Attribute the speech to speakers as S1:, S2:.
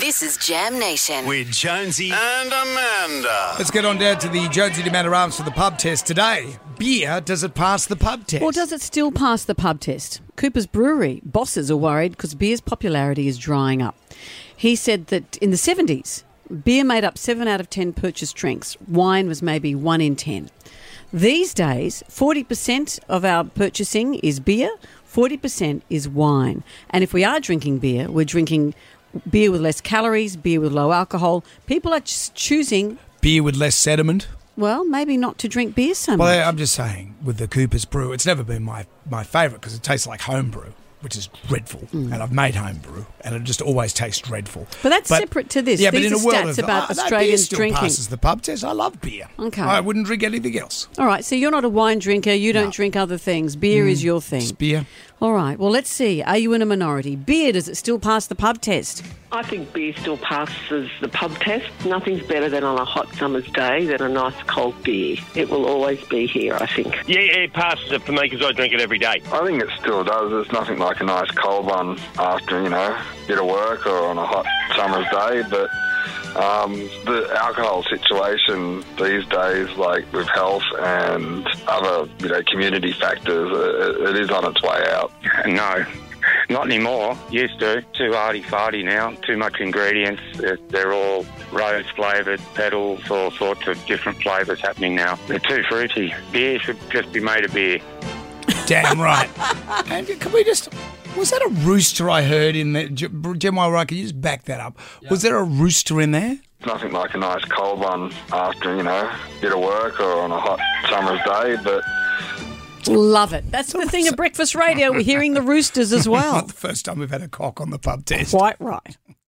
S1: This is Jam Nation.
S2: with Jonesy.
S3: and Amanda.
S4: Let's get on down to the Jonesy Demander Arms for the pub test today. Beer, does it pass the pub test?
S5: Or does it still pass the pub test? Cooper's Brewery bosses are worried because beer's popularity is drying up. He said that in the 70s, beer made up 7 out of 10 purchased drinks, wine was maybe 1 in 10. These days, 40% of our purchasing is beer, 40% is wine. And if we are drinking beer, we're drinking beer with less calories, beer with low alcohol. People are just choosing,
S4: Beer with less sediment?
S5: well, maybe not to drink beer so much.
S4: Well, I'm just saying, with the Cooper's Brew, it's never been my, my favourite because it tastes like homebrew, which is dreadful. And I've made homebrew, and it just always tastes dreadful.
S5: Mm. But that's separate to this.
S4: Yeah, but in
S5: These are
S4: a world
S5: stats
S4: of,
S5: about
S4: Ah, no, beer
S5: Australians
S4: still
S5: drinking.
S4: passes the pub test. I love beer.
S5: Okay.
S4: I wouldn't drink anything else.
S5: All right, so you're not a wine drinker. You don't
S4: No.
S5: drink other things. Beer is your thing.
S4: It's beer.
S5: All right, well, let's see. Are you in a minority? Beer, does it still pass the pub test?
S6: I think beer still passes the pub test. Nothing's better than on a hot summer's day than a nice cold beer. It will always be here, I think.
S7: Yeah, it passes it for me because I drink it every day.
S8: I think it still does. There's nothing like a nice cold one after, you know, a bit of work or on a hot summer's day. But um, the alcohol situation these days, like with health and other, you know, community factors, uh, it is on its way out.
S9: No, not anymore. Used to. Too arty farty now. Too much ingredients. They're- They're all rose flavoured, petals, all sorts of different flavours happening now. They're too fruity. Beer should just be made of beer.
S4: Damn right. and can we just. Was that a rooster I heard in there? J- Jim Ryan, can you just back that up? Was there a rooster in there?
S8: Nothing like a nice cold one after, you know, a bit of work or on a hot summer's day. But
S5: Love it. That's the thing at breakfast radio. We're hearing the roosters as well.
S4: Not the first time we've had a cock on the pub test.
S5: Quite right.